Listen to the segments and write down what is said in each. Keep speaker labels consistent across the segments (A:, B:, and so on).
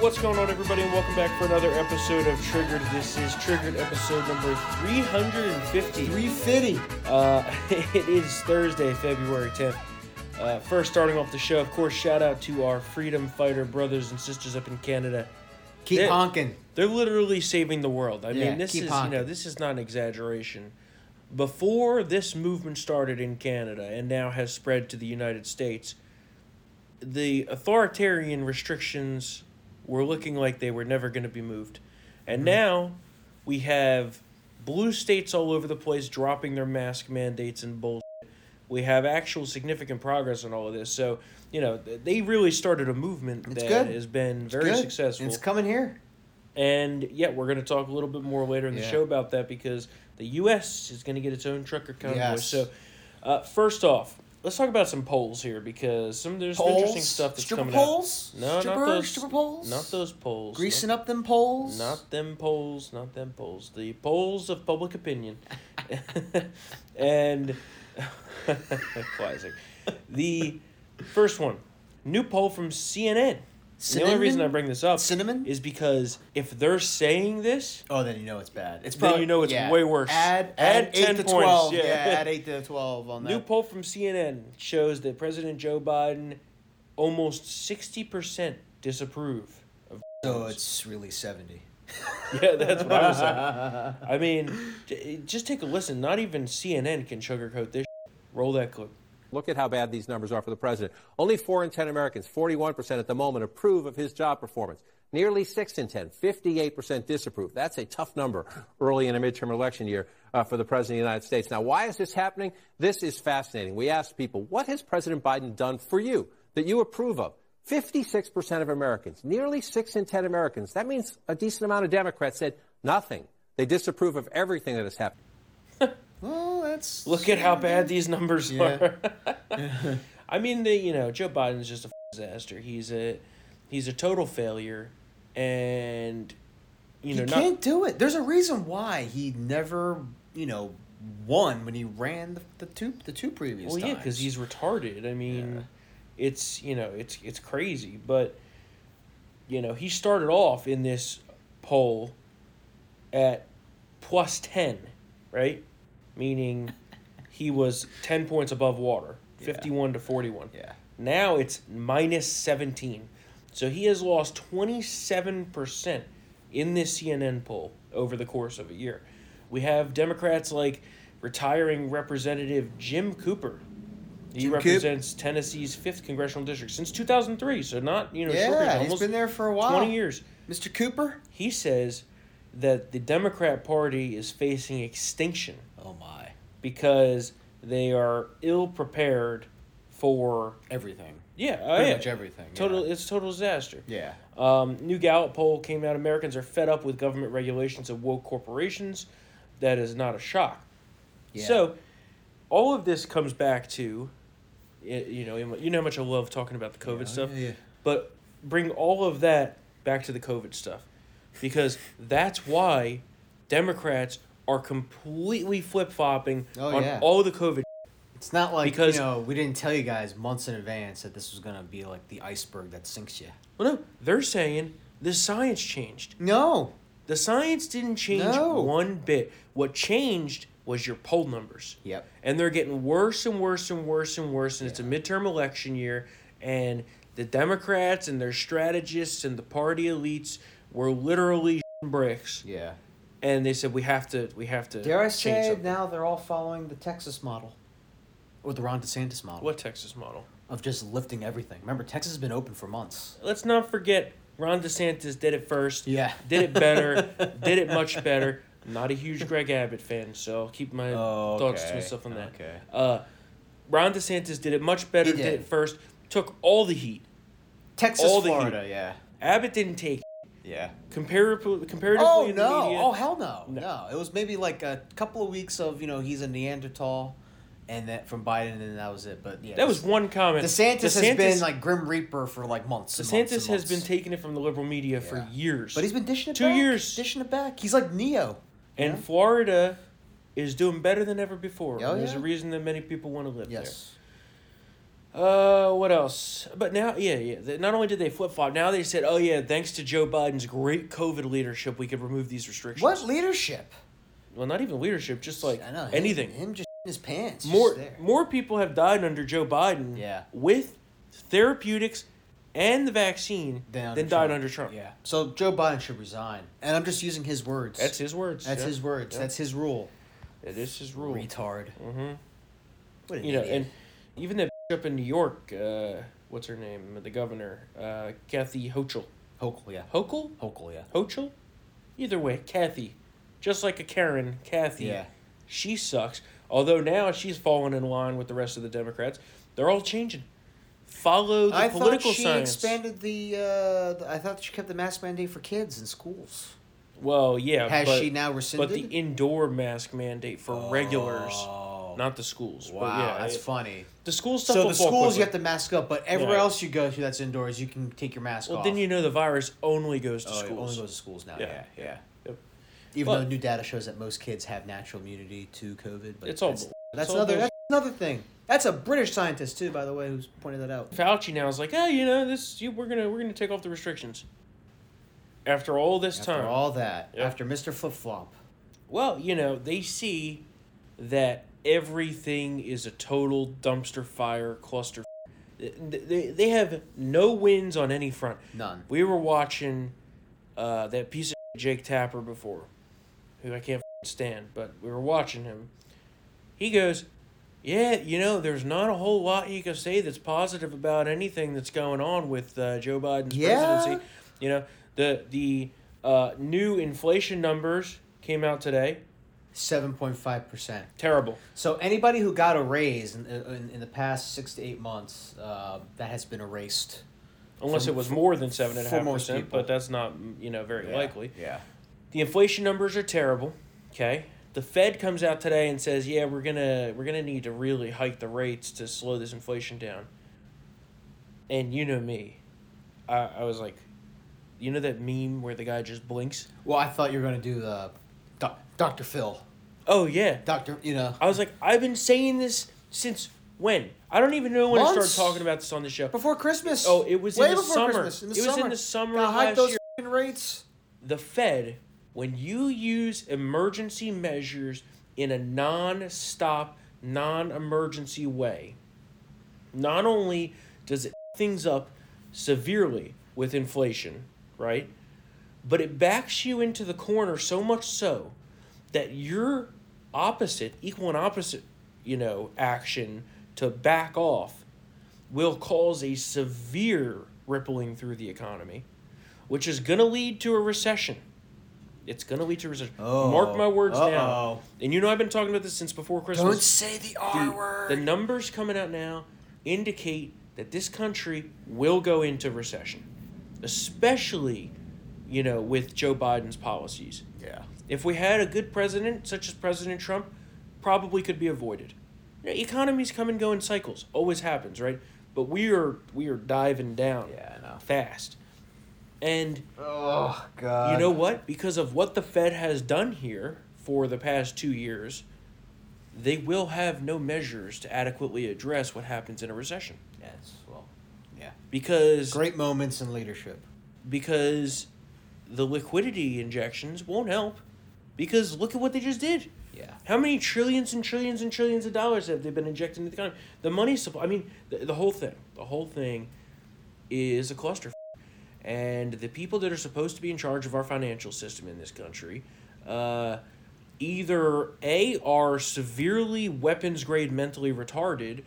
A: What's going on, everybody, and welcome back for another episode of Triggered. This is Triggered episode number 350.
B: 350.
A: Uh, it is Thursday, February 10th. Uh, first, starting off the show, of course, shout out to our freedom fighter brothers and sisters up in Canada.
B: Keep
A: Yeah.
B: honking.
A: They're literally saving the world. I
B: Yeah,
A: mean, this
B: keep
A: is
B: honking.
A: you know this is not an exaggeration. Before this movement started in Canada and now has spread to the United States, the authoritarian restrictions were looking like they were never going to be moved, and
B: Mm-hmm.
A: now we have blue states all over the place dropping their mask mandates and bull we have actual significant progress on all of this. So, you know, th- they really started a movement
B: It's
A: that
B: good.
A: has been very
B: Good.
A: successful.
B: It's coming here.
A: And yeah, we're going to talk a little bit more later in the
B: Yeah.
A: show about that because the U.S. is going to get its own trucker convoy.
B: Yes.
A: So, uh, first off, let's talk about some polls here because some there's some interesting stuff that's
B: stripper
A: coming out.
B: poles?
A: No,
B: stripper,
A: not those.
B: stripper poles?
A: Not those polls.
B: Greasing
A: not,
B: up them poles?
A: Not them polls. Not them polls. The polls of public opinion. and classic. The first one, new poll from CNN. The only reason I bring this up
B: Cinnamon?
A: is because if they're saying this,
B: oh, then you know it's bad. It's
A: Then
B: probably
A: you know it's
B: yeah.
A: way worse.
B: Add,
A: Add
B: add,
A: 10
B: 8 to
A: points,
B: 12.
A: yeah.
B: Yeah. add 8 to 12 on that.
A: New poll from CNN shows that President Joe Biden almost 60% disapprove. Of
B: so it's really 70.
A: yeah, that's what I was saying. I mean, j- just take a listen. Not even CNN can sugarcoat this. Roll that clip.
C: Look at how bad these numbers are for the president. Only 4 in 10 Americans, 41% at the moment, approve of his job performance. Nearly 6 in 10, 58% disapprove. That's a tough number early in a midterm election year uh, for the president of the United States. Now, why is this happening? This is fascinating. We asked people, what has President Biden done for you that you approve of? 56% of Americans, nearly 6 in 10 Americans. That means a decent amount of Democrats said nothing. They disapprove of everything that has happened.
B: Well, that's.
A: Look at how bad these numbers
B: Yeah.
A: are. I mean, the, you know, Joe Biden's just a disaster. He's a he's a total failure, and you
B: He
A: know,
B: can't
A: not,
B: do it. There's a reason why he never, you know, won when he ran the, the two the two previous
A: well, yeah,
B: times.
A: because he's retarded. I mean, it's you know, it's it's crazy, but you know, he started off in this poll at plus ten, right? Meaning he was ten points above water, fifty one to forty one.
B: Yeah.
A: Now it's minus 17. So he has lost 27% in this CNN poll over the course of a year. We have Democrats like retiring Representative Jim Cooper. He
B: Jim Coop.
A: represents Tennessee's 5th congressional district since 2003, so not, you know, short period,
B: Yeah, he's
A: almost
B: been there for a while.
A: 20 years.
B: Mr. Cooper?
A: He says that the Democrat Party is facing extinction
B: Oh, my.
A: because they are ill prepared for
B: Everything.
A: yeah, oh,
B: Pretty
A: yeah.
B: much everything,
A: Total,
B: yeah.
A: it's total disaster.
B: Yeah.
A: Um, new Gallup poll came out. Americans are fed up with government regulations of woke corporations. That is not a shock.
B: Yeah.
A: So, all of this comes back to, y- you know, you know how much I love talking about the COVID
B: Yeah,
A: stuff,
B: yeah, yeah.
A: but bring all of that back to the COVID stuff, because that's why Democrats are completely flip flopping
B: Oh,
A: on
B: yeah.
A: all the COVID.
B: It's not like
A: Because-
B: you know we didn't tell you guys months in advance that this was gonna be like the iceberg that sinks you.
A: Well, no, they're saying the science changed.
B: No,
A: The science didn't change
B: No.
A: one bit. What changed was your poll numbers.
B: Yep.
A: And they're getting worse and worse and worse and worse. And it's a midterm election year. And the Democrats and their strategists and the party elites were literally bricks.
B: yeah.
A: And they said we have to we have to
B: Dare I
A: change
B: say
A: something."
B: now they're all following the Texas model, or the Ron DeSantis model
A: what Texas model?
B: of just lifting everything. Remember, Texas has been open for months.
A: Let's not forget Ron DeSantis did it first.
B: Yeah.
A: Did it better. did it much better. Not a huge Greg Abbott fan, so I'll keep my
B: Oh,
A: thoughts to
B: okay.
A: myself on that.
B: Okay.
A: Uh, Ron DeSantis did it much better.
B: He
A: Did.
B: did.
A: it first. Took all the heat.
B: Texas,
A: All the
B: Florida, yeah,
A: Abbott didn't take
B: yeah.
A: comparatively. Comparatively,
B: Oh
A: in the
B: no!
A: media,
B: Oh hell no.
A: No.
B: no! it was maybe like a couple of weeks of you know he's a Neanderthal, and that from Biden, and that was it. But yeah,
A: that was one comment.
B: DeSantis, has been like Grim Reaper for like months. and months and
A: DeSantis has been
B: months.
A: taking it from the liberal media for
B: Yeah.
A: years.
B: But he's been dishing it
A: Two
B: back.
A: years.
B: Dishing it back. He's like Neo.
A: and Florida is doing better than ever before.
B: Oh,
A: and there's
B: yeah.
A: a reason that many people want to live there. Uh, what else? But now, yeah, yeah. th- Not only did they flip flop, now they said, "Oh yeah, thanks to Joe Biden's great COVID leadership, we could remove these restrictions."
B: What leadership?
A: Well, not even leadership, just like
B: I know him-
A: anything.
B: Him just in his pants. just
A: more
B: there.
A: more people have died under Joe Biden.
B: Yeah.
A: With therapeutics and the vaccine
B: than
A: than,
B: under
A: died under Trump.
B: Yeah. So Joe Biden should resign, and I'm just using his words.
A: That's his words.
B: That's
A: yeah.
B: his words.
A: Yeah.
B: That's his rule.
A: That is his rule. Mm.
B: Retard. Mm-hmm. What an
A: you know,
B: idiot.
A: and even that bitch up in New York, uh, what's her name? The governor, uh, Kathy Hochul.
B: Hochul, yeah.
A: Hochul?
B: Hochul, yeah.
A: Hochul? Either way, Kathy. Just like a Karen, Kathy.
B: Yeah.
A: She sucks. Although now she's fallen in line with the rest of the Democrats. They're all changing. Follow the
B: I thought
A: political
B: she
A: science.
B: expanded the, uh, the. I thought she kept the mask mandate for kids in schools.
A: well, yeah.
B: Has
A: but,
B: she now rescinded?
A: But the indoor mask mandate for regulars, not the schools. But
B: wow,
A: yeah,
B: that's
A: it-
B: funny.
A: The school stuff.
B: So
A: will
B: the
A: fall
B: schools you
A: quickly.
B: have to mask up, but everywhere
A: Right.
B: else you go to that's indoors, you can take your mask
A: Well,
B: off.
A: then you know the virus only goes to
B: Oh, it
A: schools.
B: only goes to schools now. Yeah,
A: Yeah.
B: yeah.
A: Yep.
B: Even
A: Well-
B: though new data shows that most kids have natural immunity to COVID, but
A: It's all
B: that's,
A: bull-
B: that's
A: it's all
B: another
A: bullshit.
B: that's another thing. That's a British scientist too, by the way, who's pointed that out.
A: Fauci now is like, hey, you know, this you, we're gonna we're gonna take off the restrictions. After all this
B: After
A: time,
B: all that,
A: Yeah.
B: after Mister Flip Flop,
A: well, you know, they see that everything is a total dumpster fire cluster. They, they, they have no wins on any front.
B: none.
A: We were watching uh, that piece of Jake Tapper before, who I can't f***ing stand, but we were watching him. He goes, Yeah, you know, there's not a whole lot you can say that's positive about anything that's going on with uh, Joe Biden's
B: Yeah.
A: presidency. You know, the, the uh, new inflation numbers came out today.
B: Seven point five percent.
A: Terrible.
B: So anybody who got a raise in, in, in the past six to eight months, uh, that has been erased.
A: Unless
B: For-
A: it was more than seven and a
B: for
A: half
B: most
A: percent,
B: people.
A: but that's not you know very likely.
B: Yeah.
A: the inflation numbers are terrible. Okay, the Fed comes out today and says, "Yeah, we're gonna we're gonna need to really hike the rates to slow this inflation down." And you know me, I, I was like, you know that meme where the guy just blinks.
B: Well, I thought you were gonna do the, doc, Doctor Phil,
A: Oh yeah,
B: Doctor, you know,
A: I was like, I've been saying this since when? I don't even know when I
B: Months.
A: started talking about this on the show.
B: before Christmas.
A: Oh, it was in
B: way
A: the
B: before
A: summer.
B: Christmas. In the
A: It was in
B: summer.
A: the summer
B: Gotta hike
A: last
B: those
A: year.
B: f***ing rates.
A: the Fed, when you use emergency measures in a non stop, non emergency way, not only does it things up severely with inflation, right? But it backs you into the corner so much so that your opposite, equal and opposite, you know, action to back off will cause a severe rippling through the economy, which is going to lead to a recession. It's going to lead to a recession.
B: Oh,
A: Mark my words
B: uh-oh.
A: now. And you know, I've been talking about this since before Christmas.
B: Don't say the R word.
A: The numbers coming out now indicate that this country will go into recession, especially, you know, with Joe Biden's policies.
B: yeah.
A: If we had a good president, such as President Trump, probably could be avoided. You know, economies come and go in cycles, always happens, right? But we are we are diving down
B: Yeah, I know.
A: fast, and
B: Oh God.
A: you know what? Because of what the Fed has done here for the past two years, they will have no measures to adequately address what happens in a recession.
B: Yes. Well. Yeah.
A: Because
B: Great moments in leadership.
A: because the liquidity injections won't help. Because look at what they just did.
B: Yeah.
A: How many trillions and trillions and trillions of dollars have they been injecting into the economy? The money supply. I mean, the, the whole thing. The whole thing is a cluster. And the people that are supposed to be in charge of our financial system in this country, uh, either A, are severely weapons grade mentally retarded,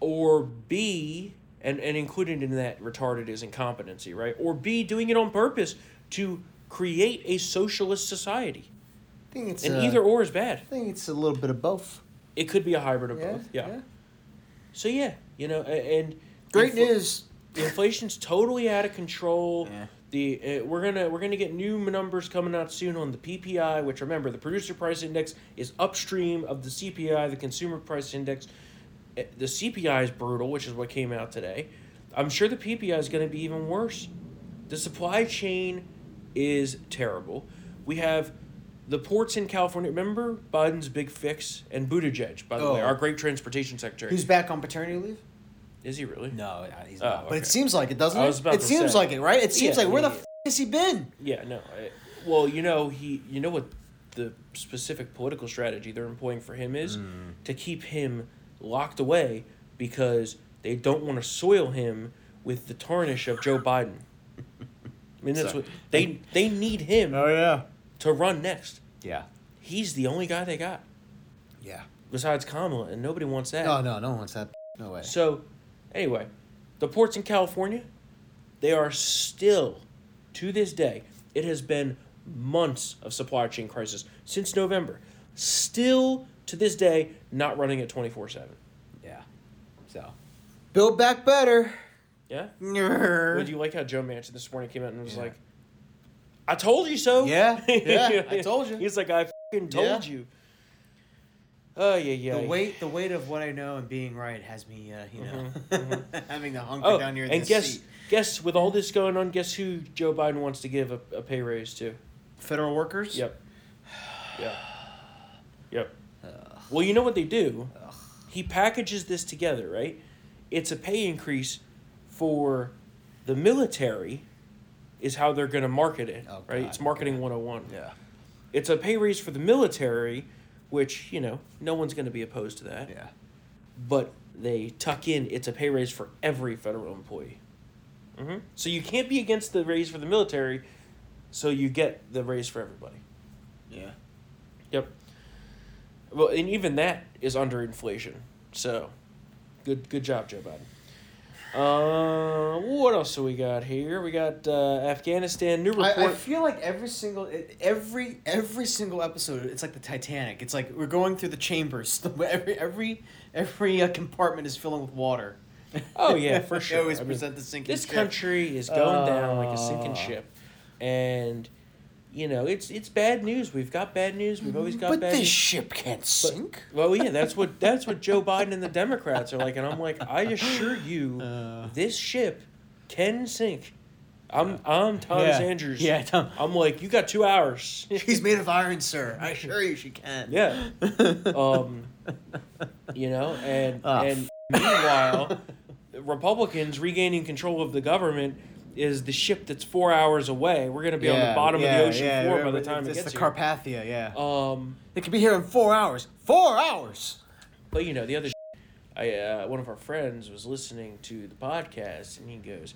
A: or B, and, and included in that retarded is incompetency, right? Or B, doing it on purpose to create a socialist society.
B: I think it's
A: And
B: uh,
A: either or is bad.
B: I think it's a little bit of both.
A: It could be a hybrid of
B: Yeah.
A: both. Yeah. So yeah, you know, a- and
B: Great
A: infl-
B: news.
A: The inflation's totally out of control.
B: Yeah.
A: The uh, we're gonna we're gonna get new numbers coming out soon on the PPI, which remember the producer price index is upstream of the CPI, the consumer price index. Uh, The CPI is brutal, which is what came out today. I'm sure the PPI is going to be even worse. The supply chain is terrible. We have the ports in California. Remember Biden's big fix and Buttigieg, by the way,
B: Oh.
A: our great transportation secretary.
B: Who's back on paternity leave?
A: Is he really?
B: No, he's
A: Oh,
B: not. But
A: okay.
B: it seems like it, doesn't
A: I
B: it?
A: was about
B: it
A: to
B: seems
A: say.
B: like it, right? It seems
A: Yeah,
B: like where
A: yeah,
B: the
A: yeah.
B: f- has he been?
A: Yeah, no. I, well, you know he, you know what the specific political strategy they're employing for him is to keep him locked away because they don't want to soil him with the tarnish of Joe Biden. I mean, that's
B: Sorry.
A: what
B: Uh.
A: they they need him
B: yeah.
A: to run next.
B: Yeah.
A: He's the only guy they got
B: Yeah.
A: besides Kamala, and nobody wants that.
B: No, no, no one wants that. No way.
A: So, anyway, the ports in California, they are still, to this day, it has been months of supply chain crisis since November. Still to this day, not running at 24 7.
B: Yeah. So. Build back better.
A: Yeah? Well,
B: Would
A: do you like how Joe Manchin this morning came out and was like, I told you so?
B: Yeah, yeah, I told you.
A: He's like, I fing told
B: Yeah.
A: you. Oh, yeah, yeah.
B: the weight, the weight of what I know and being right has me, uh, you know, having the
A: Mm-hmm,
B: hunker
A: Oh,
B: down here.
A: and guess, guess, with all this going on, guess who Joe Biden wants to give a, a pay raise to?
B: federal workers.
A: Yep. Yep. Yep. Well, you know what they do? He packages this together, right? It's a pay increase for the military, is how they're going to market it,
B: Oh,
A: right?
B: God.
A: It's marketing 101.
B: Yeah.
A: It's a pay raise for the military, which, you know, no one's going to be opposed to that.
B: Yeah.
A: But they tuck in, it's a pay raise for every federal employee. hmm So you can't be against the raise for the military, so you get the raise for everybody.
B: Yeah.
A: Yep. Well, and even that is under inflation. So, good good job, Joe Biden. Uh, what else do we got here? We got uh, Afghanistan new report.
B: I, I feel like every single e, every every single episode, it's like the Titanic. It's like we're going through the chambers. Every every every uh, compartment is filling with water.
A: oh yeah, for
B: They
A: sure.
B: always
A: I mean,
B: present the sinking
A: This
B: ship.
A: country is going down like a
B: Ah.
A: sinking ship, and you know it's it's bad news. We've got bad news. We've always got
B: But
A: bad
B: this
A: news.
B: ship can't sink.
A: Well, yeah, that's what that's what Joe Biden and the Democrats are like, and I'm like, I assure you,
B: Uh.
A: this ship can sink. I'm I'm Thomas
B: Yeah.
A: Andrews.
B: Yeah, Tom-
A: I'm like, you got two hours.
B: She's made of iron, sir. I assure you, she can.
A: Yeah. Um, you know, and
B: Ah,
A: and meanwhile, Republicans regaining control of the government is the ship that's four hours away. We're gonna be on the bottom of the ocean floor by the time
B: it's,
A: it gets
B: the
A: here.
B: Carpathia. Yeah,
A: um,
B: it could be here in four hours. Four hours.
A: But you know, the other, sh- I uh, one of our friends was listening to the podcast, and he goes,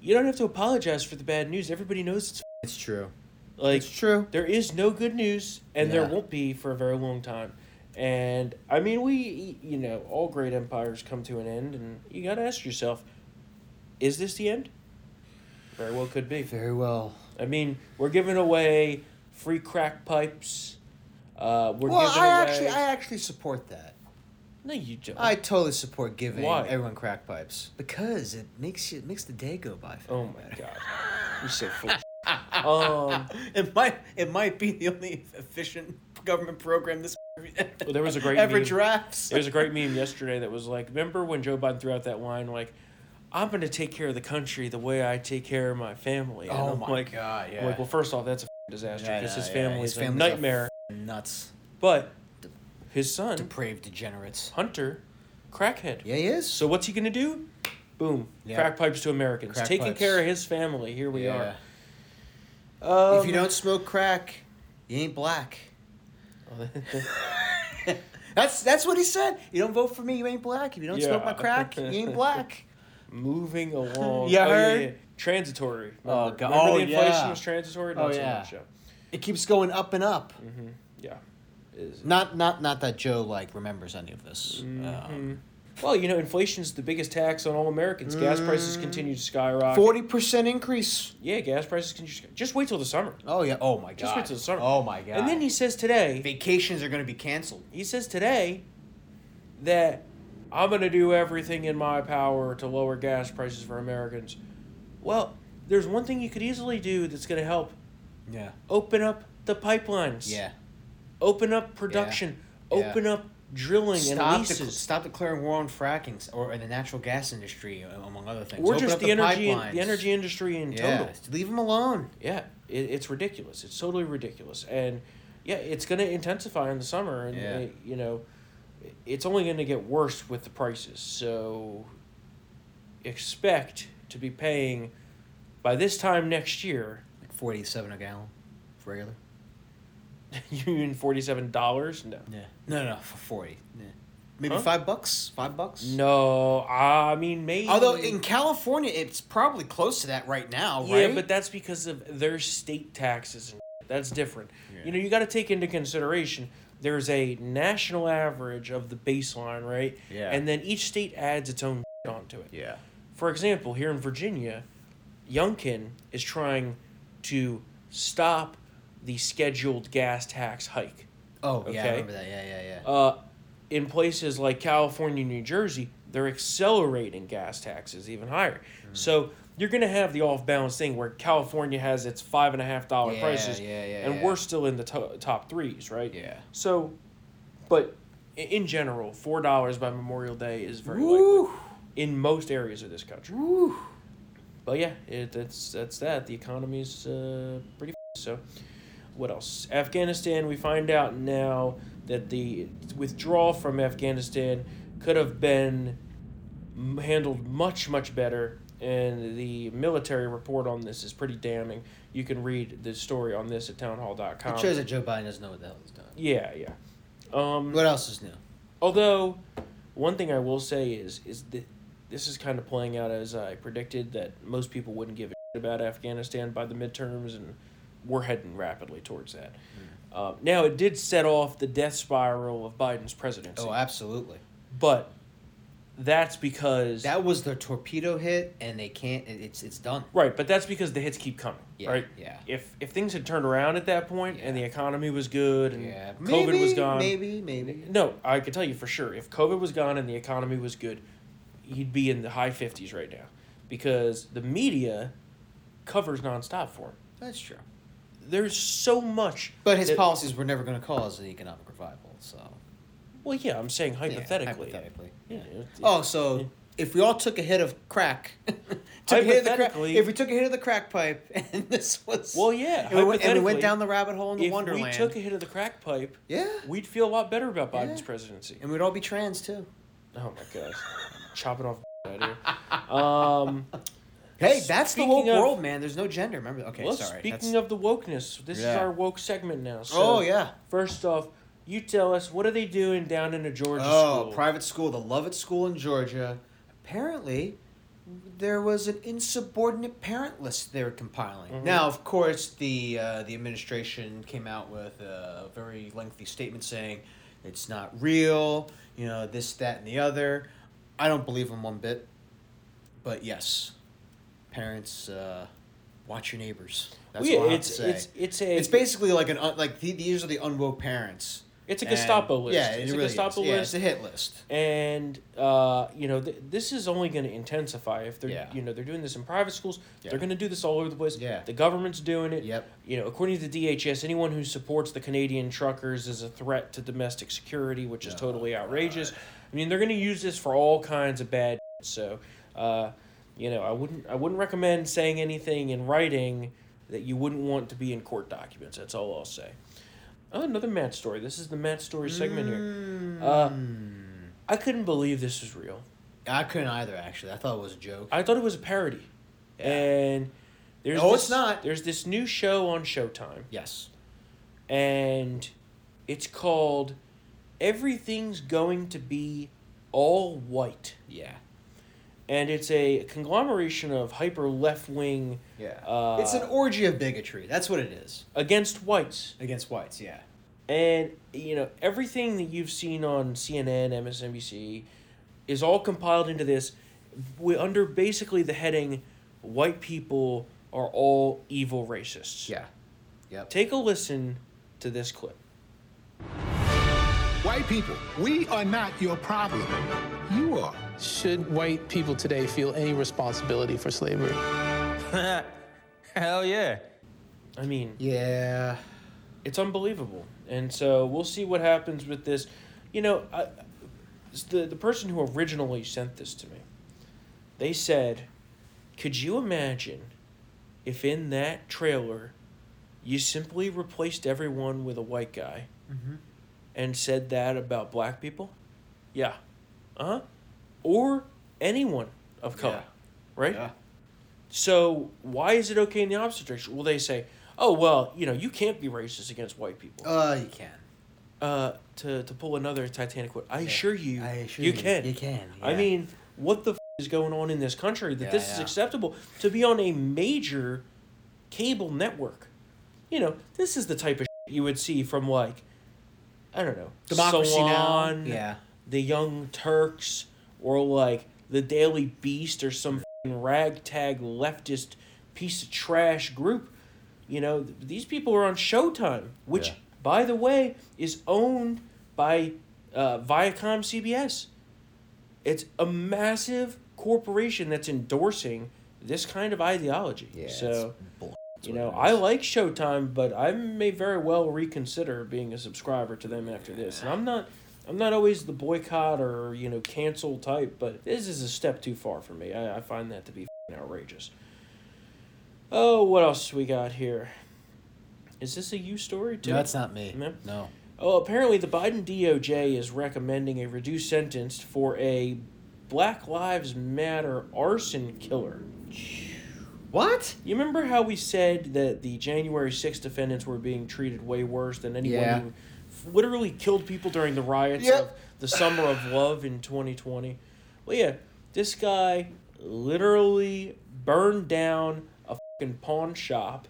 A: "You don't have to apologize for the bad news. Everybody knows it's f-
B: It's true.
A: like
B: It's true.
A: there is no good news, and there
B: Yeah.
A: won't be for a very long time." And I mean, we you know, all great empires come to an end, and you got to ask yourself, is this the end? Very well could be.
B: Very well.
A: I mean, we're giving away free crack pipes. Uh, we're
B: well,
A: giving
B: I
A: away.
B: actually, I actually support that.
A: no, you don't.
B: I totally support giving
A: Why?
B: everyone crack pipes because it makes you, it makes the day go by.
A: Oh my god, you're so full. of shit. um,
B: It might it might be the only efficient government program this
A: well, there was a great
B: ever
A: meme.
B: drafts.
A: There was a great meme yesterday that was like, remember when Joe Biden threw out that line like, "I'm going to take care of the country the way I take care of my family." And
B: Oh
A: I'm
B: my
A: like,
B: God,
A: I'm
B: yeah.
A: like, well, first off, that's a f***ing disaster
B: Yeah,
A: because
B: yeah,
A: his
B: yeah,
A: family
B: his
A: is a
B: family's a
A: nightmare.
B: nuts,
A: but his son
B: depraved degenerates.
A: Hunter, crackhead.
B: Yeah, he is.
A: So what's he going to do? Boom,
B: Yeah.
A: crack pipes to Americans,
B: Crack
A: taking
B: pipes.
A: care of his family. Here we
B: yeah.
A: are. Um,
B: if you don't smoke crack, you ain't black. That's that's what he said. You don't vote for me, you ain't black. If you don't smoke my
A: Yeah.
B: crack, you ain't black.
A: Moving along.
B: You
A: Oh,
B: heard?
A: Transitory.
B: Oh,
A: Remember-
B: God.
A: Remember
B: Oh,
A: the inflation
B: yeah.
A: was transitory?
B: Oh,
A: Not so
B: yeah.
A: much, yeah.
B: It keeps going up and up.
A: Yeah. Is-
B: Not not not that Joe like remembers any of this.
A: Mm-hmm.
B: Um,
A: well, you know, inflation's the biggest tax on all Americans. Gas prices
B: Mm.
A: continue to skyrocket.
B: Uh, Forty percent increase.
A: Yeah, gas prices continue to sky- Just wait till the summer.
B: Oh yeah. Oh my god.
A: Just wait till the summer.
B: Oh my god.
A: And then he says today,
B: vacations are going to be canceled.
A: he says today that I'm going to do everything in my power to lower gas prices for Americans. Well, there's one thing you could easily do that's going to help
B: Yeah.
A: open up the pipelines.
B: Yeah.
A: open up production,
B: Yeah.
A: open up drilling and
B: Stop, de-
A: leases,
B: stop declaring war on fracking or in the natural gas industry, a- among other things.
A: or
B: Open
A: just
B: up
A: the, energy
B: pipelines.
A: the energy industry in
B: Yeah.
A: total.
B: Leave them alone.
A: Yeah, it, it's ridiculous. It's totally ridiculous, and yeah, it's going to intensify in the summer, and
B: Yeah.
A: uh, you know, it's only going to get worse with the prices. So expect to be paying by this time next year
B: Like forty-seven a gallon, for regular.
A: union $47 no
B: Yeah. No, no, for forty. Yeah. Maybe
A: Huh?
B: five bucks. Five bucks.
A: no i mean maybe
B: Although in California, it's probably close to that right now,
A: yeah
B: right?
A: but that's because of their state taxes and that's different
B: Yeah.
A: you know you got to take into consideration there's a national average of the baseline right
B: Yeah.
A: and then each state adds its own onto it
B: yeah.
A: For example, here in Virginia, Youngkin is trying to stop the scheduled gas tax hike.
B: Oh yeah, I
A: Okay.
B: remember that. Yeah, yeah, yeah.
A: Uh, in places like California, New Jersey, they're accelerating gas taxes even higher.
B: Hmm.
A: So you're going to have the off balance thing where California has its five and a half dollar
B: Yeah,
A: prices,
B: yeah, yeah,
A: and
B: yeah.
A: we're still in the to- top threes, right?
B: Yeah.
A: So, but i- in general, four dollars by Memorial Day is very
B: Woo.
A: likely in most areas of this country.
B: Woo.
A: But yeah, it, that's that's that. The economy's uh, pretty f- so. What else? Afghanistan. We find out now that the withdrawal from Afghanistan could have been m- handled much much better, and the military report on this is pretty damning. You can read the story on this at townhall.com.
B: It shows that Joe Biden doesn't know what the hell he's doing.
A: yeah, yeah. Um,
B: What else is new?
A: Although, one thing I will say is is that this is kind of playing out as I predicted that most people wouldn't give a shit about Afghanistan by the midterms, and we're heading rapidly towards that.
B: Hmm.
A: Uh, now, it did set off the death spiral of Biden's presidency,
B: Oh, absolutely.
A: but that's because
B: That was the torpedo hit, and they can't. it- It's it's done.
A: right, but that's because the hits keep coming,
B: Yeah,
A: right?
B: yeah.
A: If if things had turned around at that point and the
B: Yeah.
A: economy was good and
B: Yeah.
A: COVID was
B: Maybe,
A: gone,
B: Maybe, maybe.
A: No, I can tell you for sure. If COVID was gone and the economy was good, he'd be in the high fifties right now, because the media covers nonstop for him.
B: That's true.
A: There's so much.
B: But his
A: that-
B: policies were never going to cause an economic revival. So
A: Well, yeah, I'm saying
B: yeah,
A: hypothetically.
B: hypothetically,
A: Yeah,
B: yeah.
A: it's-
B: Oh, so if we all took a hit of crack, took a hit of the crack,
A: Hypothetically-
B: if we took a hit of the crack pipe, and this was
A: Well, yeah,
B: and we, went, and we
A: hypothetically,
B: went down the rabbit hole into
A: if
B: Wonderland,
A: we took a hit of the crack pipe,
B: yeah,
A: we'd feel a lot better about Biden's
B: Yeah.
A: presidency.
B: and we'd all be trans too.
A: Oh my gosh, chopping off out of here. Um,
B: Hey, that's the whole
A: Speaking of-
B: world, man. There's no gender. Remember? Okay,
A: well,
B: sorry.
A: speaking of the wokeness, this is
B: Yeah.
A: our woke segment now. So
B: oh yeah.
A: First off, you tell us what are they doing down in a Georgia
B: Oh,
A: school?
B: private school, the Lovett School in Georgia. Apparently, there was an insubordinate parent list they were compiling.
A: Mm-hmm.
B: Now, of course, the uh, the administration came out with a very lengthy statement saying it's not real. You know this, that, and the other. I don't believe them one bit. But yes, parents, uh, watch your neighbors. That's
A: Well, yeah,
B: what I have
A: it's,
B: to say.
A: it's it's a
B: It's basically like an un- like the, these are the unwoke parents.
A: It's a
B: And-
A: Gestapo list.
B: Yeah,
A: It's
B: it
A: a
B: really
A: Gestapo
B: is. Yeah, it's
A: list.
B: a hit list.
A: and uh, you know th- this is only going to intensify if they're
B: Yeah.
A: you know they're doing this in private schools.
B: Yeah.
A: They're going to do this all over the place.
B: Yeah.
A: the government's doing it.
B: Yep.
A: You know, according to the DHS, anyone who supports the Canadian truckers is a threat to domestic security, which is
B: Oh,
A: totally outrageous. I mean, they're going to use this for all kinds of bad. So, uh, you know, I wouldn't I wouldn't recommend saying anything in writing that you wouldn't want to be in court documents. That's all I'll say. Oh, another Matt story. This is the Matt story segment
B: Mm.
A: here.
B: Hmm.
A: Uh, I couldn't believe this was real.
B: I couldn't either. Actually, I thought it was a joke.
A: I eh. thought it was a parody.
B: Yeah.
A: And there's
B: No,
A: this,
B: it's not.
A: There's this new show on Showtime,
B: yes.
A: and it's called "Everything's Going to Be All White,"
B: Yeah.
A: and it's a conglomeration of hyper left wing
B: Yeah.
A: Uh,
B: it's an orgy of bigotry. That's what it is
A: against whites,
B: against whites. Yeah.
A: and you know everything that you've seen on CNN, MSNBC, is all compiled into this, wi- under basically the heading "White people are all evil racists."
B: Yeah. Yep.
A: Take a listen to this clip.
D: White people, we are not your problem. You are.
E: Should white people today feel any responsibility for slavery?
F: Hell yeah.
A: I mean,
B: Yeah.
A: it's unbelievable. And so we'll see what happens with this. You know, I, it's the the person who originally sent this to me, they said, "Could you imagine if in that trailer you simply replaced everyone with a white guy
B: Mm-hmm.
A: and said that about black people?" Yeah. Uh-huh. Or anyone of color.
B: Yeah.
A: right?
B: Yeah.
A: So why is it okay in the opposite direction? Well, they say, oh well, you know, you can't be racist against white people.
B: Uh, you can.
A: Uh, to to pull another Titanic quote, I assure you,
B: I assure
A: you
B: you,
A: can,
B: you can,
A: I
B: yeah.
A: mean, what the f- is going on in this country that
B: Yeah,
A: this is
B: yeah.
A: acceptable to be on a major cable network? You know, this is the type of shit you would see from like, I don't know,
B: Democracy now.
A: Salon,
B: Yeah.
A: the Young Turks or like the Daily Beast or some fing ragtag leftist piece of trash group. You know, th- these people are on Showtime, which,
C: Yeah.
A: by the way, is owned by uh, Viacom CBS. It's a massive corporation that's endorsing this kind of ideology.
B: Yeah, it's
A: so,
B: bull-
A: you know, I like Showtime, but I may very well reconsider being a subscriber to them after this. And I'm not I'm not always the boycott or, you know, cancel type, but this is a step too far for me. I, I find that to be fing outrageous. Oh, what else we got here? Is this a you story too?
B: No, that's not me.
A: No?
B: No.
A: Oh, apparently the Biden DOJ is recommending a reduced sentence for a Black Lives Matter arson killer.
B: What?
A: You remember how we said that the January 6th defendants were being treated way worse than anyone
B: Yeah.
A: who f- literally killed people during the riots
B: Yep.
A: of the Summer of Love in 2020? Well, yeah, this guy literally burned down a fucking pawn shop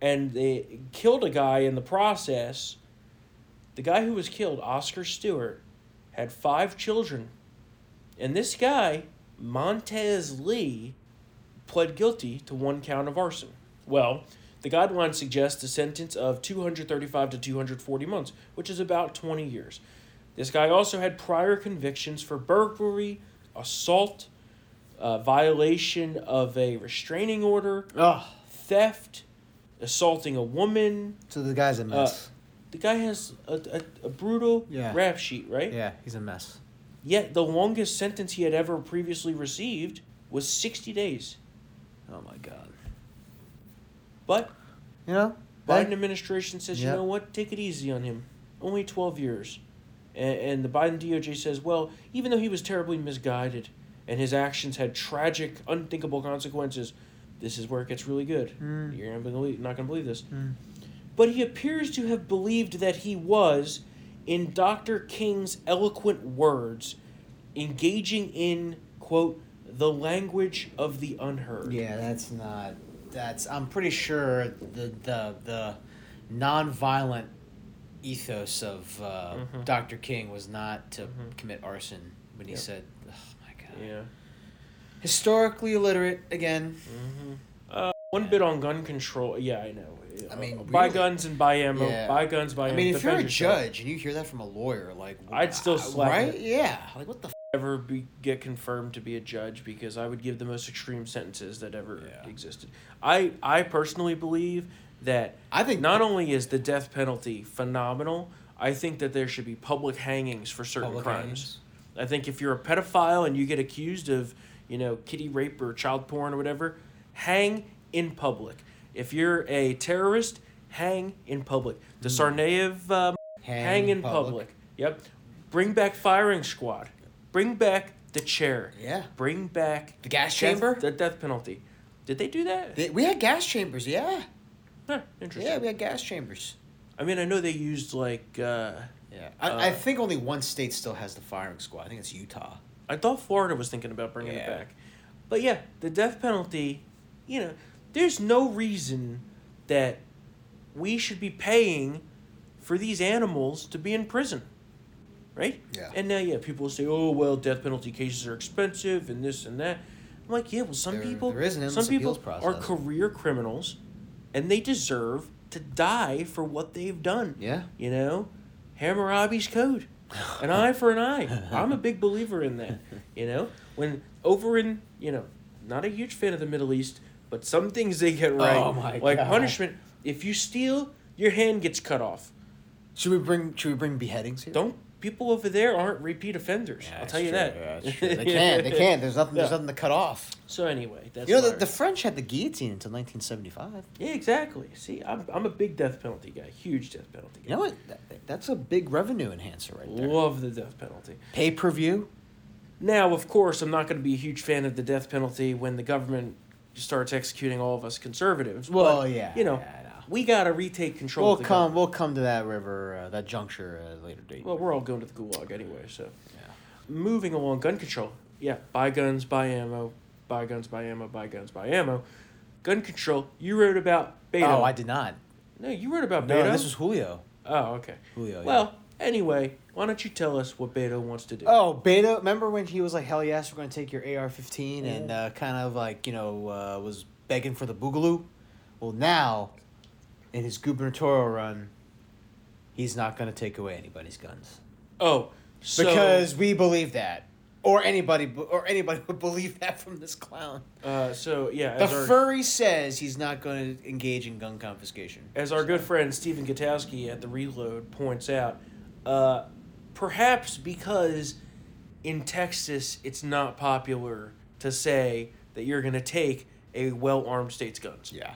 A: and they killed a guy in the process. The guy who was killed, Oscar Stewart, had five children. And this guy, Montez Lee, pled guilty to one count of arson. Well, the guidelines suggest a sentence of 235 to 240 months, which is about 20 years. This guy also had prior convictions for burglary, assault, uh, violation of a restraining order,
B: Oh,
A: theft, assaulting a woman.
B: so the guy's a
A: Uh,
B: mess.
A: The guy has a, a, a brutal
B: Yeah.
A: rap sheet, right?
B: yeah, he's a mess.
A: Yet the longest sentence he had ever previously received was 60 days.
B: Oh my god.
A: But
B: You know,
A: Biden
B: Hey,
A: administration says,
B: Yeah.
A: you know what, take it easy on him. Only 12 years. And, and the Biden DOJ says, well, even though he was terribly misguided and his actions had tragic, unthinkable consequences, this is where it gets really good.
B: Hmm.
A: You're gonna believe, not going to believe this. But he appears to have believed that he was, in Dr. King's eloquent words, engaging in, quote, the language of the unheard.
B: Yeah, that's not. That's. I'm pretty sure the the the nonviolent ethos of uh,
A: Mm-hmm.
B: Dr. King was not to commit arson when he said, "Oh my god."
A: Yeah.
B: Historically illiterate again.
A: One bit on gun control. Yeah, I know.
B: I mean,
A: buy
B: really?
A: guns and buy ammo.
B: Yeah.
A: Buy guns, buy
B: I
A: ammo.
B: mean, if you're
A: Oh, Defend
B: a
A: yourself.
B: judge and you hear that from a lawyer, like
A: I'd still
B: uh,
A: slap
B: right?
A: it.
B: Yeah, like what the f-
A: ever be, get confirmed to be a judge because I would give the most extreme sentences that ever
B: Yeah.
A: existed. I I personally believe that
B: I think-
A: not only is the death penalty phenomenal, I think that there should be public hangings for certain
B: Public
A: crimes. I think if you're a pedophile and you get accused of, you know, kitty rape or child porn or whatever, hang in public. If you're a terrorist, hang in public. The
B: Mm.
A: Sarnaev um,
B: Hang
A: hang in
B: public.
A: public. Yep. Bring back firing squad. Bring back the chair.
B: Yeah.
A: Bring back
B: The gas
A: death-
B: chamber?
A: The death penalty. Did they do that?
B: They- we had gas chambers. Yeah,
A: Huh, interesting.
B: yeah, we had gas chambers.
A: I mean, I know they used like. Uh,
B: Yeah, I, I think only one state still has the firing squad. I think it's Utah.
A: I thought Florida was thinking about bringing it
B: Yeah.
A: back, but yeah, the death penalty. You know, there's no reason that we should be paying for these animals to be in prison, right?
B: Yeah.
A: And now, yeah, people say, "Oh, well, death penalty cases are expensive and this and that." I'm like, yeah, well, some
B: There-
A: people,
B: there is an
A: some
B: endless
A: people
B: appeals
A: are
B: process.
A: career criminals, and they deserve to die for what they've done.
B: Yeah.
A: You know, Hammurabi's code, an eye for an eye. I'm a big believer in that. You know, when over in you know, not a huge fan of the Middle East, but some things they get right,
B: Oh my
A: like
B: God.
A: punishment. If you steal, your hand gets cut off.
B: Should we bring Should we bring beheadings here?
A: Don't people over there aren't repeat offenders? I'll tell you that.
B: They can't. They can't. There's nothing. There's
A: Yeah.
B: nothing to cut off.
A: So anyway, that's
B: You know,
A: why-
B: the, the French had the guillotine until 1975.
A: yeah, exactly. See, I'm, I'm a big death penalty guy, huge death penalty guy.
B: You know what? That, that's a big revenue enhancer right there.
A: Love the death penalty.
B: Pay per view.
A: Now, of course, I'm not going to be a huge fan of the death penalty when the government starts executing all of us conservatives.
B: Well,
A: but,
B: yeah,
A: you know,
B: yeah, I know.
A: we got to retake control.
B: We'll
A: of the
B: come.
A: government.
B: We'll come to that river, uh, that juncture at a later date.
A: Well, we're all going to the gulag anyway, so. Moving along, gun control. Yeah, buy guns, buy ammo, buy guns, buy ammo, buy guns, buy ammo. Gun control. You wrote about Beto.
B: oh, I did not.
A: No, you wrote about
B: No,
A: Beto.
B: this was Julio.
A: Oh, okay.
B: Julio, yeah.
A: Well, anyway, why don't you tell us what Beto wants to do?
B: Oh, Beta. Remember when he was like, "Hell yes, we're going to take your AR-15," and uh, kind of like you know uh, was begging for the boogaloo. Well, now, in his gubernatorial run, he's not going to take away anybody's guns
A: Oh, so
B: because we believe that, or anybody, b- or anybody would believe that from this clown.
A: uh, so yeah,
B: The
A: as our,
B: furry says he's not going to engage in gun confiscation.
A: as our good friend Stephen Gutowski at the Reload points out, uh, perhaps because in Texas it's not popular to say that you're going to take a well armed state's guns.
B: Yeah.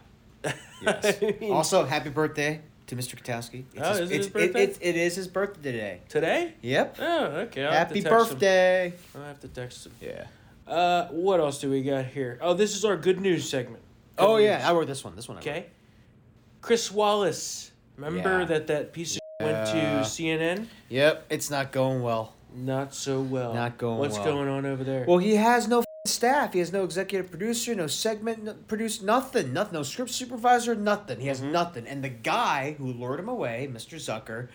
B: Yes. also, happy birthday to Mr. Katowski. It's
A: Oh, is it his
B: it's-
A: birthday?
B: it's- it is his birthday today.
A: Today?
B: Yep.
A: Oh, okay. I'll have to
B: Happy
A: text him.
B: birthday.
A: I'll have to text him.
B: Yeah.
A: Uh, what else do we got here? Oh, this is our good news segment. Good
B: Oh
A: news.
B: yeah, I wrote this one. This one. I wrote.
A: Okay. Chris Wallace. Remember
B: Yeah.
A: that that piece of shit went to
B: Yeah.
A: CNN?
B: Yep, it's not going well.
A: Not so well.
B: Not going
A: What's
B: well.
A: going on over there?
B: Well, he has no f- staff. He has no executive producer, no segment no, produce, nothing, nothing, no script supervisor, nothing. He has nothing. And the guy who lured him away, Mr. Zucker,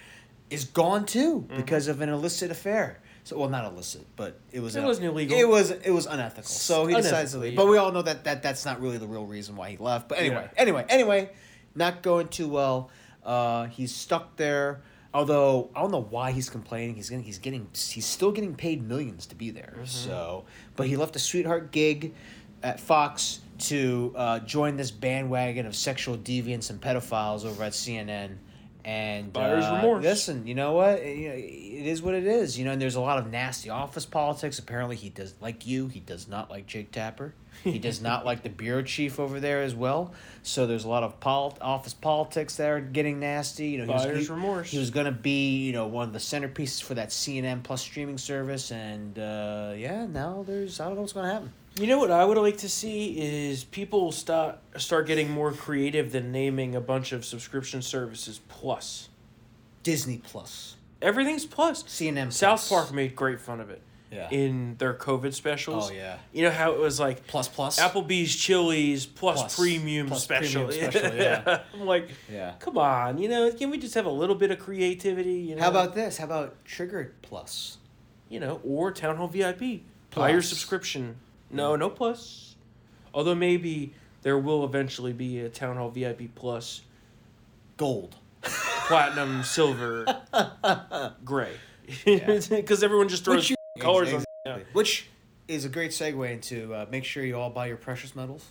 B: is gone too
A: Mm-hmm.
B: because of an illicit affair. So, well, not illicit, but it was.
A: It
B: un-
A: wasn't illegal.
B: It was. It was unethical. So he decides to
A: Unethical,
B: leave.
A: yeah.
B: But we all know that, that that's not really the real reason why he left. But anyway,
A: Yeah.
B: anyway, anyway, not going too well. Uh, he's stuck there. Although I don't know why he's complaining. He's getting, he's getting, he's still getting paid millions to be
A: Mm-hmm.
B: there. So, but he left a sweetheart gig at Fox to uh, join this bandwagon of sexual deviants and pedophiles over at CNN. And
A: Buyer's
B: uh,
A: remorse.
B: Listen, you know what? It, you know, it is what it is. You know, and there's a lot of nasty office politics. Apparently, he does like you. He does not like Jake Tapper. He does not like the bureau chief over there as well. So there's a lot of pol- office politics that are getting nasty. You know, he was-
A: Buyer's
B: he-
A: remorse.
B: He was going to be, you know, one of the centerpieces for that CNN Plus streaming service, and uh, yeah, now there's I don't know what's going to happen.
A: you know what I would like to see is people start start getting more creative than naming a bunch of subscription services plus.
B: Disney Plus,
A: Everything's plus.
B: CNN Plus.
A: South Park made great fun of it.
B: Yeah.
A: In their COVID specials.
B: Oh, yeah.
A: You know how it was like
B: Plus Plus.
A: Applebee's Chili's plus,
B: Plus-
A: premium
B: plus
A: special.
B: premium special, yeah.
A: I'm like,
B: Yeah.
A: come on, you know, can we just have a little bit of creativity? You know,
B: How about this? How about Triggered Plus?
A: you know, or Town Hall VIP. Buy your
B: Plus.
A: subscription. No, no plus. Although maybe there will eventually be a Town Hall VIP plus
B: Gold.
A: platinum, silver, gray. Because everyone just
B: Which
A: throws
B: you-
A: colors on.
B: Which is a great segue into uh, make sure you all buy your precious metals.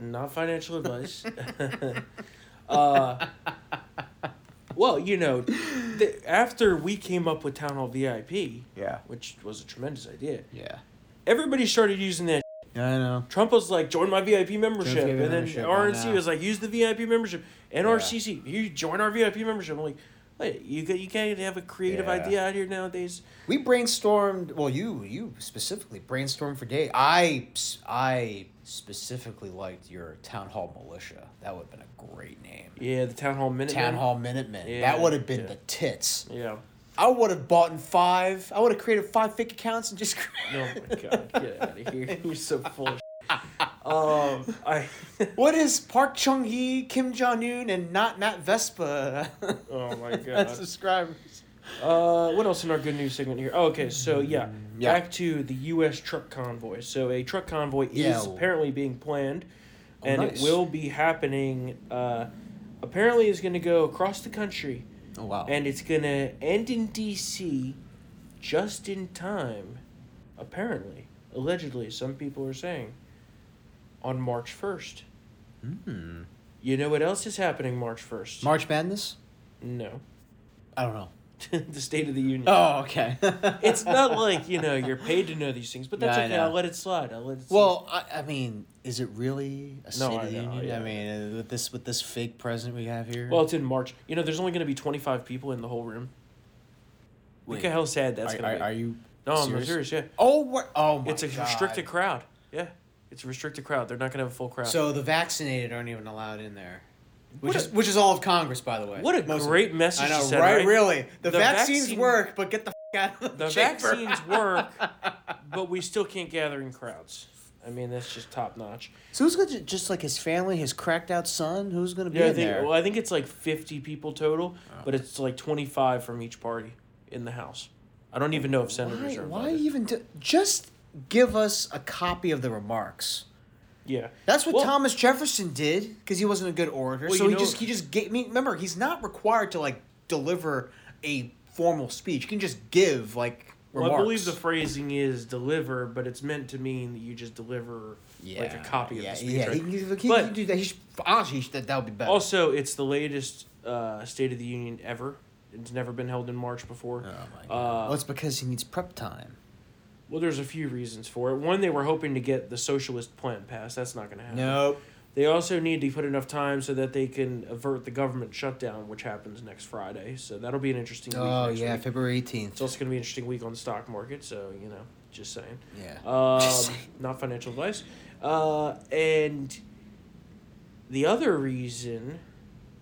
A: not financial advice. uh, well, you know, th- after we came up with Town Hall VIP,
B: Yeah.
A: which was a tremendous idea,
B: Yeah.
A: everybody started using that.
B: I know.
A: Trump was like, join my VIP membership.
B: VIP
A: and then
B: membership, I
A: RNC
B: know.
A: was like, use the VIP membership. NRCC, you join our VIP membership. I'm like, wait, you, ca- you can't have a creative
B: Yeah.
A: idea out here nowadays.
B: We brainstormed. Well, you you specifically brainstormed for days. I s- I specifically liked your town hall militia. That would have been a great name.
A: Yeah, the Town Hall Minute.
B: Town Hall Minutemen.
A: Yeah,
B: that would have been
A: yeah.
B: the tits.
A: Yeah.
B: I would have bought in five. I would have created five fake accounts and just.
A: Oh my God, get out of here. You're so full of shit. Um, I.
B: what is Park Chung Hee, Kim Jong Un, and not Matt Vespa?
A: Oh my god.
B: That's subscribers.
A: Uh, what else in our good news segment here? Oh, okay, so yeah,
B: yeah.
A: back to the U.S. truck convoy. So a truck convoy
B: Yeah. Oh,
A: is apparently being planned, and
B: nice.
A: it will be happening. Uh, apparently, it's going to go across the country,
B: Oh wow.
A: and it's going to end in D.C. just in time. Apparently, allegedly, some people are saying on March first.
B: Hmm.
A: You know what else is happening March first?
B: March Madness.
A: no,
B: I don't know.
A: the State of the Union.
B: Oh, okay.
A: it's not like you know you're paid to know these things, but that's
B: No, I
A: okay.
B: know.
A: I'll let it slide. I'll let it.
B: well, I, I mean, is it really a state
A: I
B: of the
A: know,
B: union?
A: yeah.
B: I mean, uh, with this with this fake president we have here.
A: slide. well, it's in March. You know, there's only going to be 25 people in the whole room. Think
B: Wait.
A: of how sad that's
B: are,
A: going
B: are,
A: to be.
B: are you
A: No, I'm
B: Serious?
A: serious. Yeah,
B: Oh, what? Oh my
A: it's a
B: God.
A: restricted crowd. Yeah, it's a restricted crowd. They're not gonna have a full crowd.
B: So the vaccinated aren't even allowed in there, which
A: What
B: is
A: a-
B: which is all of Congress, by the way.
A: what a
B: Most of
A: great
B: it.
A: message
B: I know,
A: you sent,
B: right?
A: right?
B: Really, the,
A: The
B: vaccines
A: vaccine-
B: work, but get the f- out of the,
A: the
B: chamber.
A: vaccines work, but we still can't gather in crowds. I mean, that's just top notch.
B: So who's gonna just like his family, his cracked out son? Who's gonna be
A: Yeah, I
B: in
A: think,
B: there?
A: well, I think it's like 50 people total, but it's like 25 from each party in the House. I don't even know if
B: why,
A: senators are
B: why
A: invited.
B: even do, just give us a copy of the remarks?
A: Yeah.
B: That's what
A: Well,
B: Thomas Jefferson did because he wasn't a good orator.
A: Well,
B: so
A: you
B: he
A: know-
B: just he just gave me. Remember, he's not required to like deliver a formal speech. He can just give like
A: well,
B: remarks.
A: I believe the phrasing is deliver, but it's meant to mean that you just deliver like a copy of
B: yeah,
A: the speech.
B: Yeah,
A: right?
B: he, can- he can
A: But-
B: do that. He should, honestly, he should- that that would be better.
A: Also, it's the latest uh, State of the Union ever. It's never been held in March before. Uh,
B: well, Oh, it's because he needs prep time.
A: Well, there's a few reasons for it. One, they were hoping to get the socialist plan passed. That's not going to happen.
B: Nope.
A: They also need to put enough time so that they can avert the government shutdown, which happens next Friday. So that'll be an interesting week.
B: Oh
A: next
B: yeah,
A: week.
B: February
A: It's
B: eighteenth.
A: also going to be an interesting week on the stock market. So, you know, just saying.
B: Yeah.
A: Um, not financial advice. Uh, and the other reason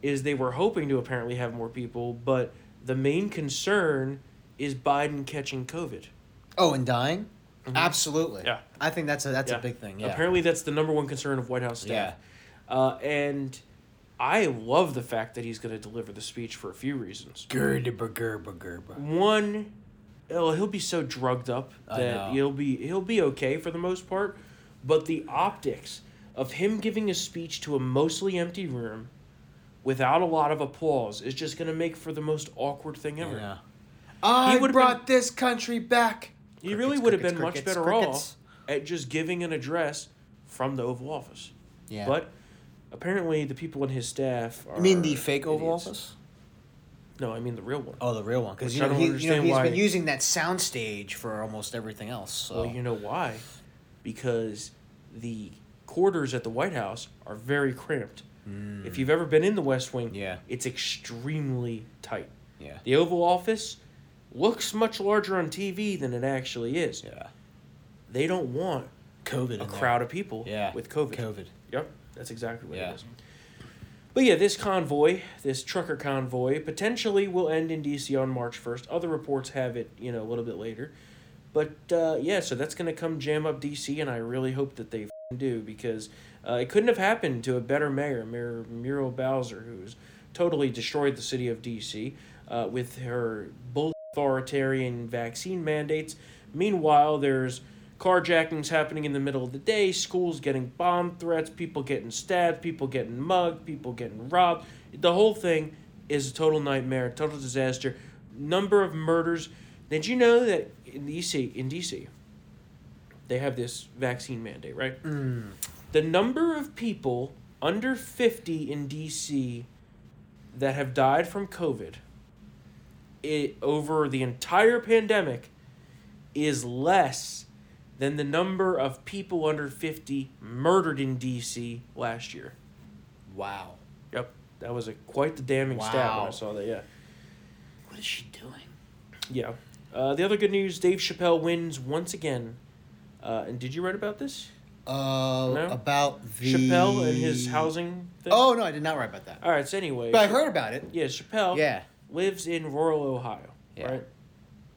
A: is they were hoping to apparently have more people, but the main concern is Biden catching COVID.
B: oh, and dying. Absolutely.
A: Mm-hmm. Yeah.
B: I think that's a that's a big thing. Yeah.
A: Apparently, that's the number one concern of White House staff. Uh, and I love the fact that he's going to deliver the speech for a few reasons. One, well, he'll be so drugged up
B: I
A: that
B: know.
A: he'll be he'll be okay for the most part, but the optics of him giving a speech to a mostly empty room without a lot of applause is just going to make for the most awkward thing ever.
B: Yeah. I
A: would've
B: brought this country back.
A: He really
B: Crickets,
A: would have been
B: crickets,
A: much
B: crickets,
A: better
B: crickets.
A: off at just giving an address from the Oval Office.
B: Yeah.
A: But apparently, the people in his staff are.
B: you mean the fake Oval
A: idiots.
B: Office?
A: No, I mean the real one.
B: Oh, the real one, because
A: Which
B: you
A: I
B: know,
A: don't
B: he, you know
A: understand
B: he's
A: why-
B: been using that soundstage for almost everything else. So
A: Well, you know why? Because the quarters at the White House are very cramped. If you've ever been in the West Wing,
B: Hmm. Yeah.
A: it's extremely tight.
B: yeah,
A: The Oval Office looks much larger on TV than it actually is.
B: yeah,
A: They don't want
B: COVID,
A: a crowd of people
B: Yeah,
A: with COVID.
B: COVID.
A: Yep, that's exactly what
B: Yeah.
A: it is. But yeah, this convoy, this trucker convoy, potentially will end in D.C. on March 1st. Other reports have it, you know, a little bit later. But uh, yeah, so that's going to come jam up D.C., and I really hope that they f***ing do because uh, it couldn't have happened to a better mayor, Mayor Muriel Bowser, who's totally destroyed the city of D.C. Uh, with her bull authoritarian vaccine mandates. Meanwhile, there's carjackings happening in the middle of the day, schools getting bomb threats, people getting stabbed, people getting mugged, people getting robbed. The whole thing is a total nightmare, total disaster. Number of murders. Did you know that in DC, in DC, they have this vaccine mandate, right? The number of people under 50 in DC that have died from COVID it, over the entire pandemic is less than the number of people under 50 murdered in DC last year.
B: Wow,
A: Yep. That was a quite the damning stat when I
B: Wow.
A: saw that, yeah.
B: what is she doing?
A: Yeah. Uh, the other good news Dave Chappelle wins once again. Uh, and did you write about this?
B: Uh,
A: No?
B: about the
A: Chappelle and his housing thing?
B: Oh no, I did not write about that,
A: All right, so anyway.
B: but I heard about it.
A: Yeah, Chappelle
B: Yeah.
A: lives in rural Ohio,
B: Yeah.
A: right?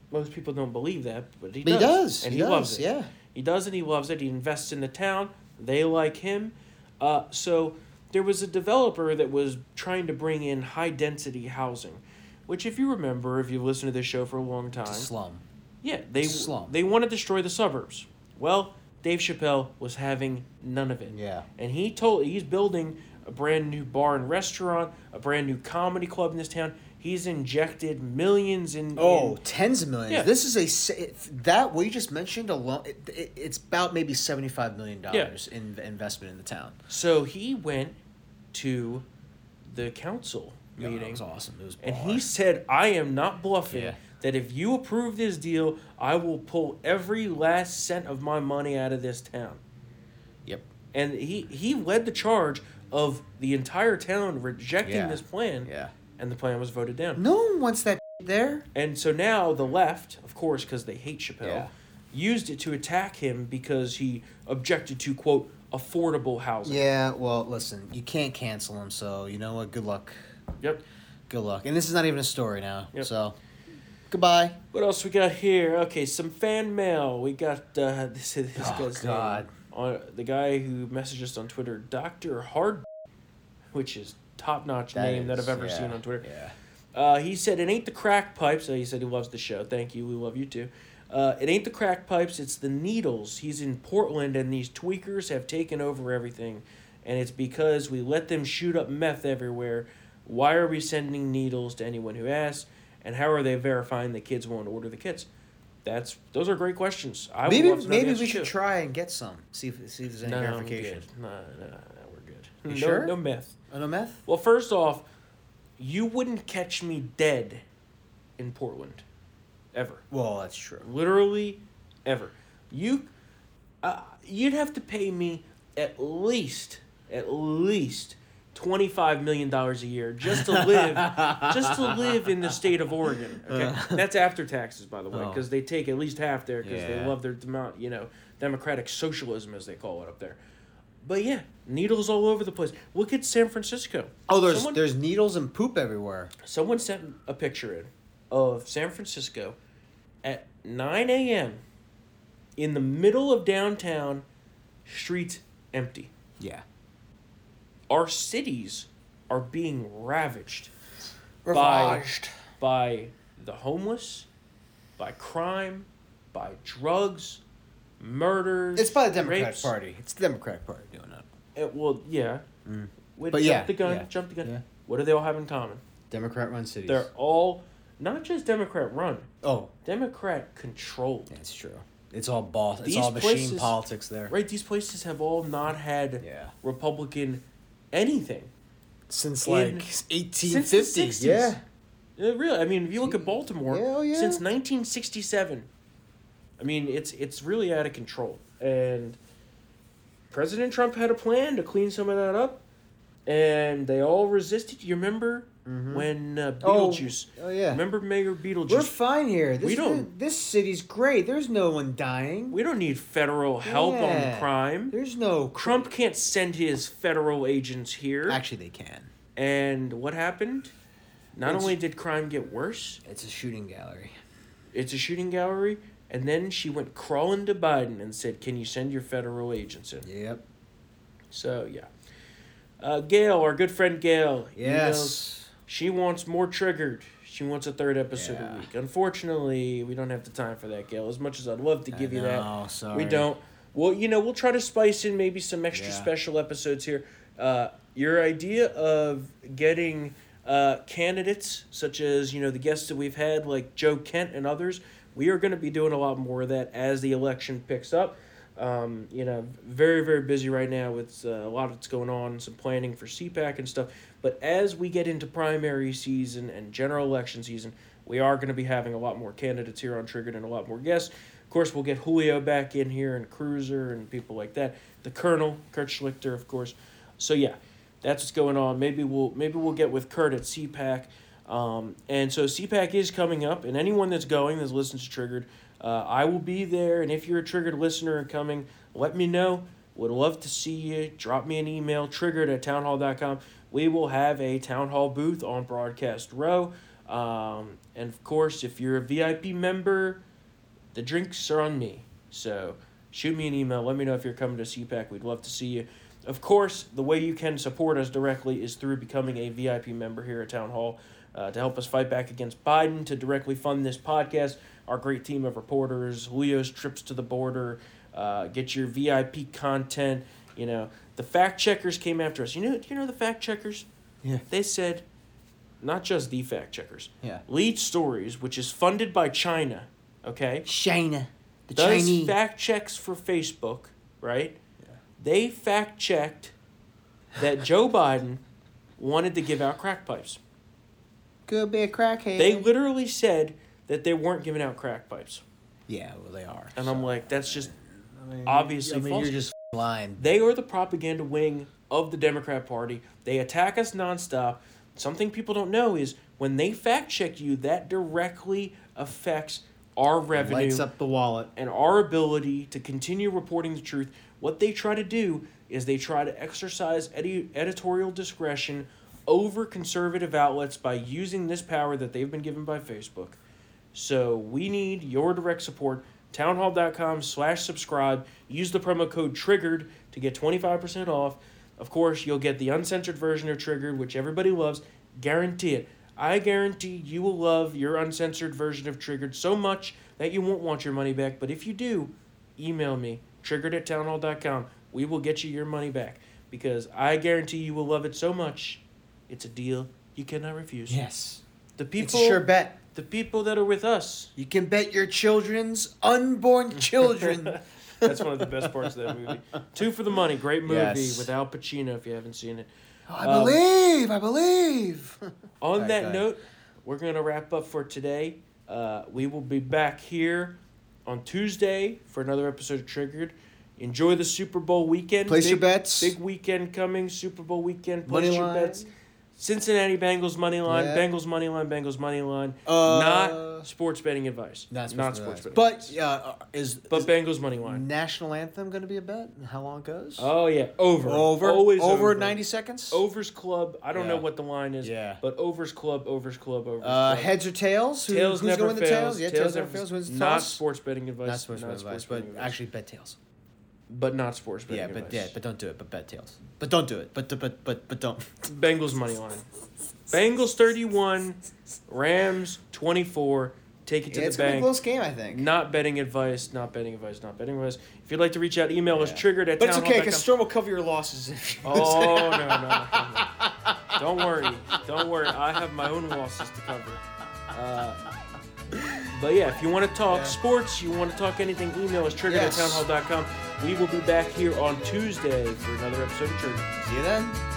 A: Most people don't believe that, but he
B: But
A: does.
B: he does.
A: And
B: He
A: he, loves
B: does,
A: it.
B: yeah.
A: He does and he loves it. He invests in the town. They like him. Uh, so there was a developer that was trying to bring in high density housing, which, if you remember, if you've listened to this show for a long time,
B: Slum.
A: yeah, they
B: slum.
A: they want to destroy the suburbs. Well, Dave Chappelle was having none of it.
B: Yeah.
A: And he told he's building a brand new bar and restaurant, a brand new comedy club in this town. He's injected millions in
B: Oh,
A: in-
B: tens of millions.
A: Yeah.
B: This is a s- it- that what you just mentioned alone. It, it, it's about maybe seventy-five million dollars in the investment in the town.
A: so he went to the council
B: Yeah,
A: meeting.
B: it was awesome. It was
A: And
B: baller.
A: he said, I am not bluffing
B: Yeah.
A: that if you approve this deal, I will pull every last cent of my money out of this town.
B: Yep.
A: and he he led the charge of the entire town rejecting
B: Yeah.
A: this plan.
B: Yeah.
A: And the plan was voted down.
B: No one wants that there.
A: And so now the left, of course, because they hate Chappelle,
B: Yeah.
A: used it to attack him because he objected to quote affordable housing.
B: Yeah, well, listen, you can't cancel him, so you know what? Good luck.
A: Yep.
B: Good luck. And this is not even a story now.
A: Yep.
B: So, goodbye.
A: What else we got here? Okay, some fan mail. We got uh, this. This guy's name
B: Oh, God.
A: on the guy who messaged us on Twitter, Doctor Hard, which is top notch name that I've ever seen on Twitter.
B: Yeah.
A: Uh, he said it ain't the crack pipes. Uh, he said he loves the show. Thank you. We love you too. Uh, it ain't the crack pipes. It's the needles. He's in Portland, and these tweakers have taken over everything, and it's because we let them shoot up meth everywhere. Why are we sending needles to anyone who asks? And how are they verifying the kids won't order the kits? That's those are great questions. I would
B: Maybe
A: love to know the
B: maybe
A: answer,
B: we should
A: too.
B: try and get some. See if see if there's any
A: No, I'm
B: verification.
A: good. No, no, no, we're good.
B: You
A: no,
B: sure?
A: no meth.
B: Oh, no meth?
A: Well, first off, you wouldn't catch me dead in Portland, ever.
B: Well, that's true.
A: Literally, ever. You, uh, you'd have to pay me at least, at least twenty five million dollars a year just to live, just to live in the state of Oregon. Okay, that's after taxes, by the way,
B: Uh. Oh.
A: because they take at least half there because they
B: Yeah.
A: love their demo- you know democratic socialism as they call it up there. But yeah, needles all over the place. Look at San Francisco.
B: Oh, there's
A: Someone-
B: there's needles and poop everywhere.
A: Someone sent a picture in of San Francisco at 9 a.m. in the middle of downtown, streets empty.
B: Yeah.
A: Our cities are being ravaged
B: Ravaged.
A: by the homeless, by crime, by drugs, murders.
B: It's by the Democratic
A: rapes.
B: Party. It's the Democratic Party doing it.
A: Eh, well, yeah. Wait,
B: But
A: jump
B: yeah,
A: the gun,
B: Mm. yeah,
A: jump the gun.
B: yeah.
A: What do they all have in common?
B: Democrat run cities.
A: They're all not just Democrat run,
B: oh,
A: Democrat controlled.
B: that's true. It's all boss. It's
A: These
B: all machine
A: places-
B: politics there.
A: Right, these places have all not had
B: Yeah.
A: Republican anything.
B: Since
A: In-
B: like
A: since
B: 1850.
A: Since the 60s.
B: Yeah.
A: Uh, really, I mean, if you look at Baltimore,
B: Hell yeah.
A: since 1967, I mean, it's it's really out of control. And President Trump had a plan to clean some of that up, and they all resisted. You remember when uh,
B: Mm-hmm. Oh,
A: Beetlejuice?
B: oh, yeah.
A: Remember Mayor Beetlejuice?
B: We're fine here. This,
A: We don't-
B: This city's great. There's no one dying.
A: we don't need federal help
B: Yeah.
A: on crime.
B: There's no
A: Trump can't send his federal agents here.
B: Actually, they can.
A: And what happened? Not
B: It's-
A: only did crime get worse,
B: It's a shooting gallery.
A: it's a shooting gallery, and then she went crawling to Biden and said, Can you send your federal agents in?
B: Yep.
A: So, yeah. Uh, Gail, our good friend Gail. emails-
B: Yes.
A: She wants more triggered. She wants a third episode
B: Yeah.
A: a week. Unfortunately, we don't have the time for that, Gail. As much as I'd love to give you
B: know,
A: that,
B: sorry.
A: we don't. Well, you know, we'll try to spice in maybe some extra
B: Yeah.
A: special episodes here. Uh, your idea of getting uh, candidates, such as you know the guests that we've had, like Joe Kent and others, we are going to be doing a lot more of that as the election picks up. Um, you know, very very busy right now with uh, a lot that's going on, some planning for CPAC and stuff. But as we get into primary season and general election season, we are going to be having a lot more candidates here on Triggered and a lot more guests. Of course, we'll get Julio back in here and Cruiser and people like that. The Colonel, Kurt Schlichter, of course. So yeah, that's what's going on. Maybe we'll maybe we'll get with Kurt at CPAC. Um, and so CPAC is coming up, and anyone that's going that's listening to Triggered, uh, I will be there. And if you're a Triggered listener and coming, let me know. Would love to see you. Drop me an email, triggered at townhall.com. We will have a town hall booth on Broadcast Row. Um, and of course, if you're a VIP member, the drinks are on me. So shoot me an email. Let me know if you're coming to CPAC. We'd love to see you. Of course, the way you can support us directly is through becoming a VIP member here at Town Hall uh, to help us fight back against Biden, to directly fund this podcast, our great team of reporters, Leo's trips to the border, uh, get your VIP content. You know, the fact checkers came after us. You know, you know the fact checkers.
B: Yeah.
A: They said, not just the fact checkers.
B: Yeah.
A: Lead Stories, which is funded by China. Okay
B: China. The
A: does
B: Chinese.
A: fact checks for Facebook, right? They fact checked that Joe Biden wanted to give out crack pipes.
B: Could be a crackhead.
A: They literally said that they weren't giving out crack pipes.
B: yeah, well, they are.
A: And I'm like, that's just obviously
B: I mean,
A: false.
B: you're just f***ing lying.
A: They are the propaganda wing of the Democrat Party. They attack us nonstop. Something people don't know is When they fact check you, that directly affects our revenue
B: Lights up the wallet.
A: and our ability to continue reporting the truth. What they try to do is they try to exercise edi- editorial discretion over conservative outlets by using this power that they've been given by Facebook. So we need your direct support. Townhall.com slash subscribe. Use the promo code TRIGGERED to get 25% off. Of course, you'll get the uncensored version of Triggered, which everybody loves. Guarantee it. I guarantee you will love your uncensored version of Triggered so much that you won't want your money back. But if you do, email me, triggered at townhall.com. We will get you your money back because I guarantee you will love it so much. It's a deal you cannot refuse.
B: Yes.
A: The
B: It's
A: people
B: a sure bet.
A: the people that are with us.
B: You can bet your children's unborn children.
A: That's one of the best parts of that movie. Two for the Money, great movie
B: Yes.
A: with Al Pacino if you haven't seen it.
B: I
A: Um,
B: believe. I believe.
A: On that
B: guy.
A: note, we're going to wrap up for today. Uh, we will be back here on Tuesday for another episode of Triggered. Enjoy the Super Bowl weekend.
B: Place your
A: Big-
B: bets.
A: Big weekend coming. Super Bowl weekend. Place
B: Money
A: your
B: line.
A: bets. Cincinnati Bengals money line.
B: Yeah.
A: Bengals money line. Bengals money line.
B: Uh,
A: not sports betting advice.
B: Not sports, betting.
A: betting.
B: But yeah, uh, is,
A: But
B: is
A: Bengals money line.
B: national anthem going to be a bet? And How long it goes?
A: Oh yeah, over.
B: over
A: Always
B: over, ninety seconds.
A: Overs Club. I don't know
B: Yeah.
A: what the line is.
B: Yeah.
A: But overs club, overs club, overs
B: Uh,
A: club.
B: heads or tails? Who,
A: tails
B: who's
A: never
B: going to
A: fails.
B: tails? Yeah, tails, never fails. Wins the
A: Not
B: toss.
A: sports betting advice.
B: Not sports betting advice, but
A: betting advice.
B: actually bet tails.
A: but not sports betting
B: Yeah, but
A: advice.
B: yeah, but don't do it. But bet tails. But don't do it. But but but but don't.
A: Bengals money line. Bengals thirty one, Rams twenty four. Take it to
B: Yeah, it's
A: the
B: gonna be a
A: bank.
B: close game, I think.
A: Not betting advice. Not betting advice. Not betting advice. If you'd like to reach out, email us triggered at
B: but it's okay
A: townhall.com.
B: because Storm will cover your losses. if you lose.
A: Oh no, no, no, no. Don't worry. Don't worry. I have my own losses to cover. Uh, but yeah, if you want to talk sports, you want to talk anything, email us triggered
B: Yes.
A: at townhall.com. We will be back here on Tuesday for another episode of Trigger.
B: See you then.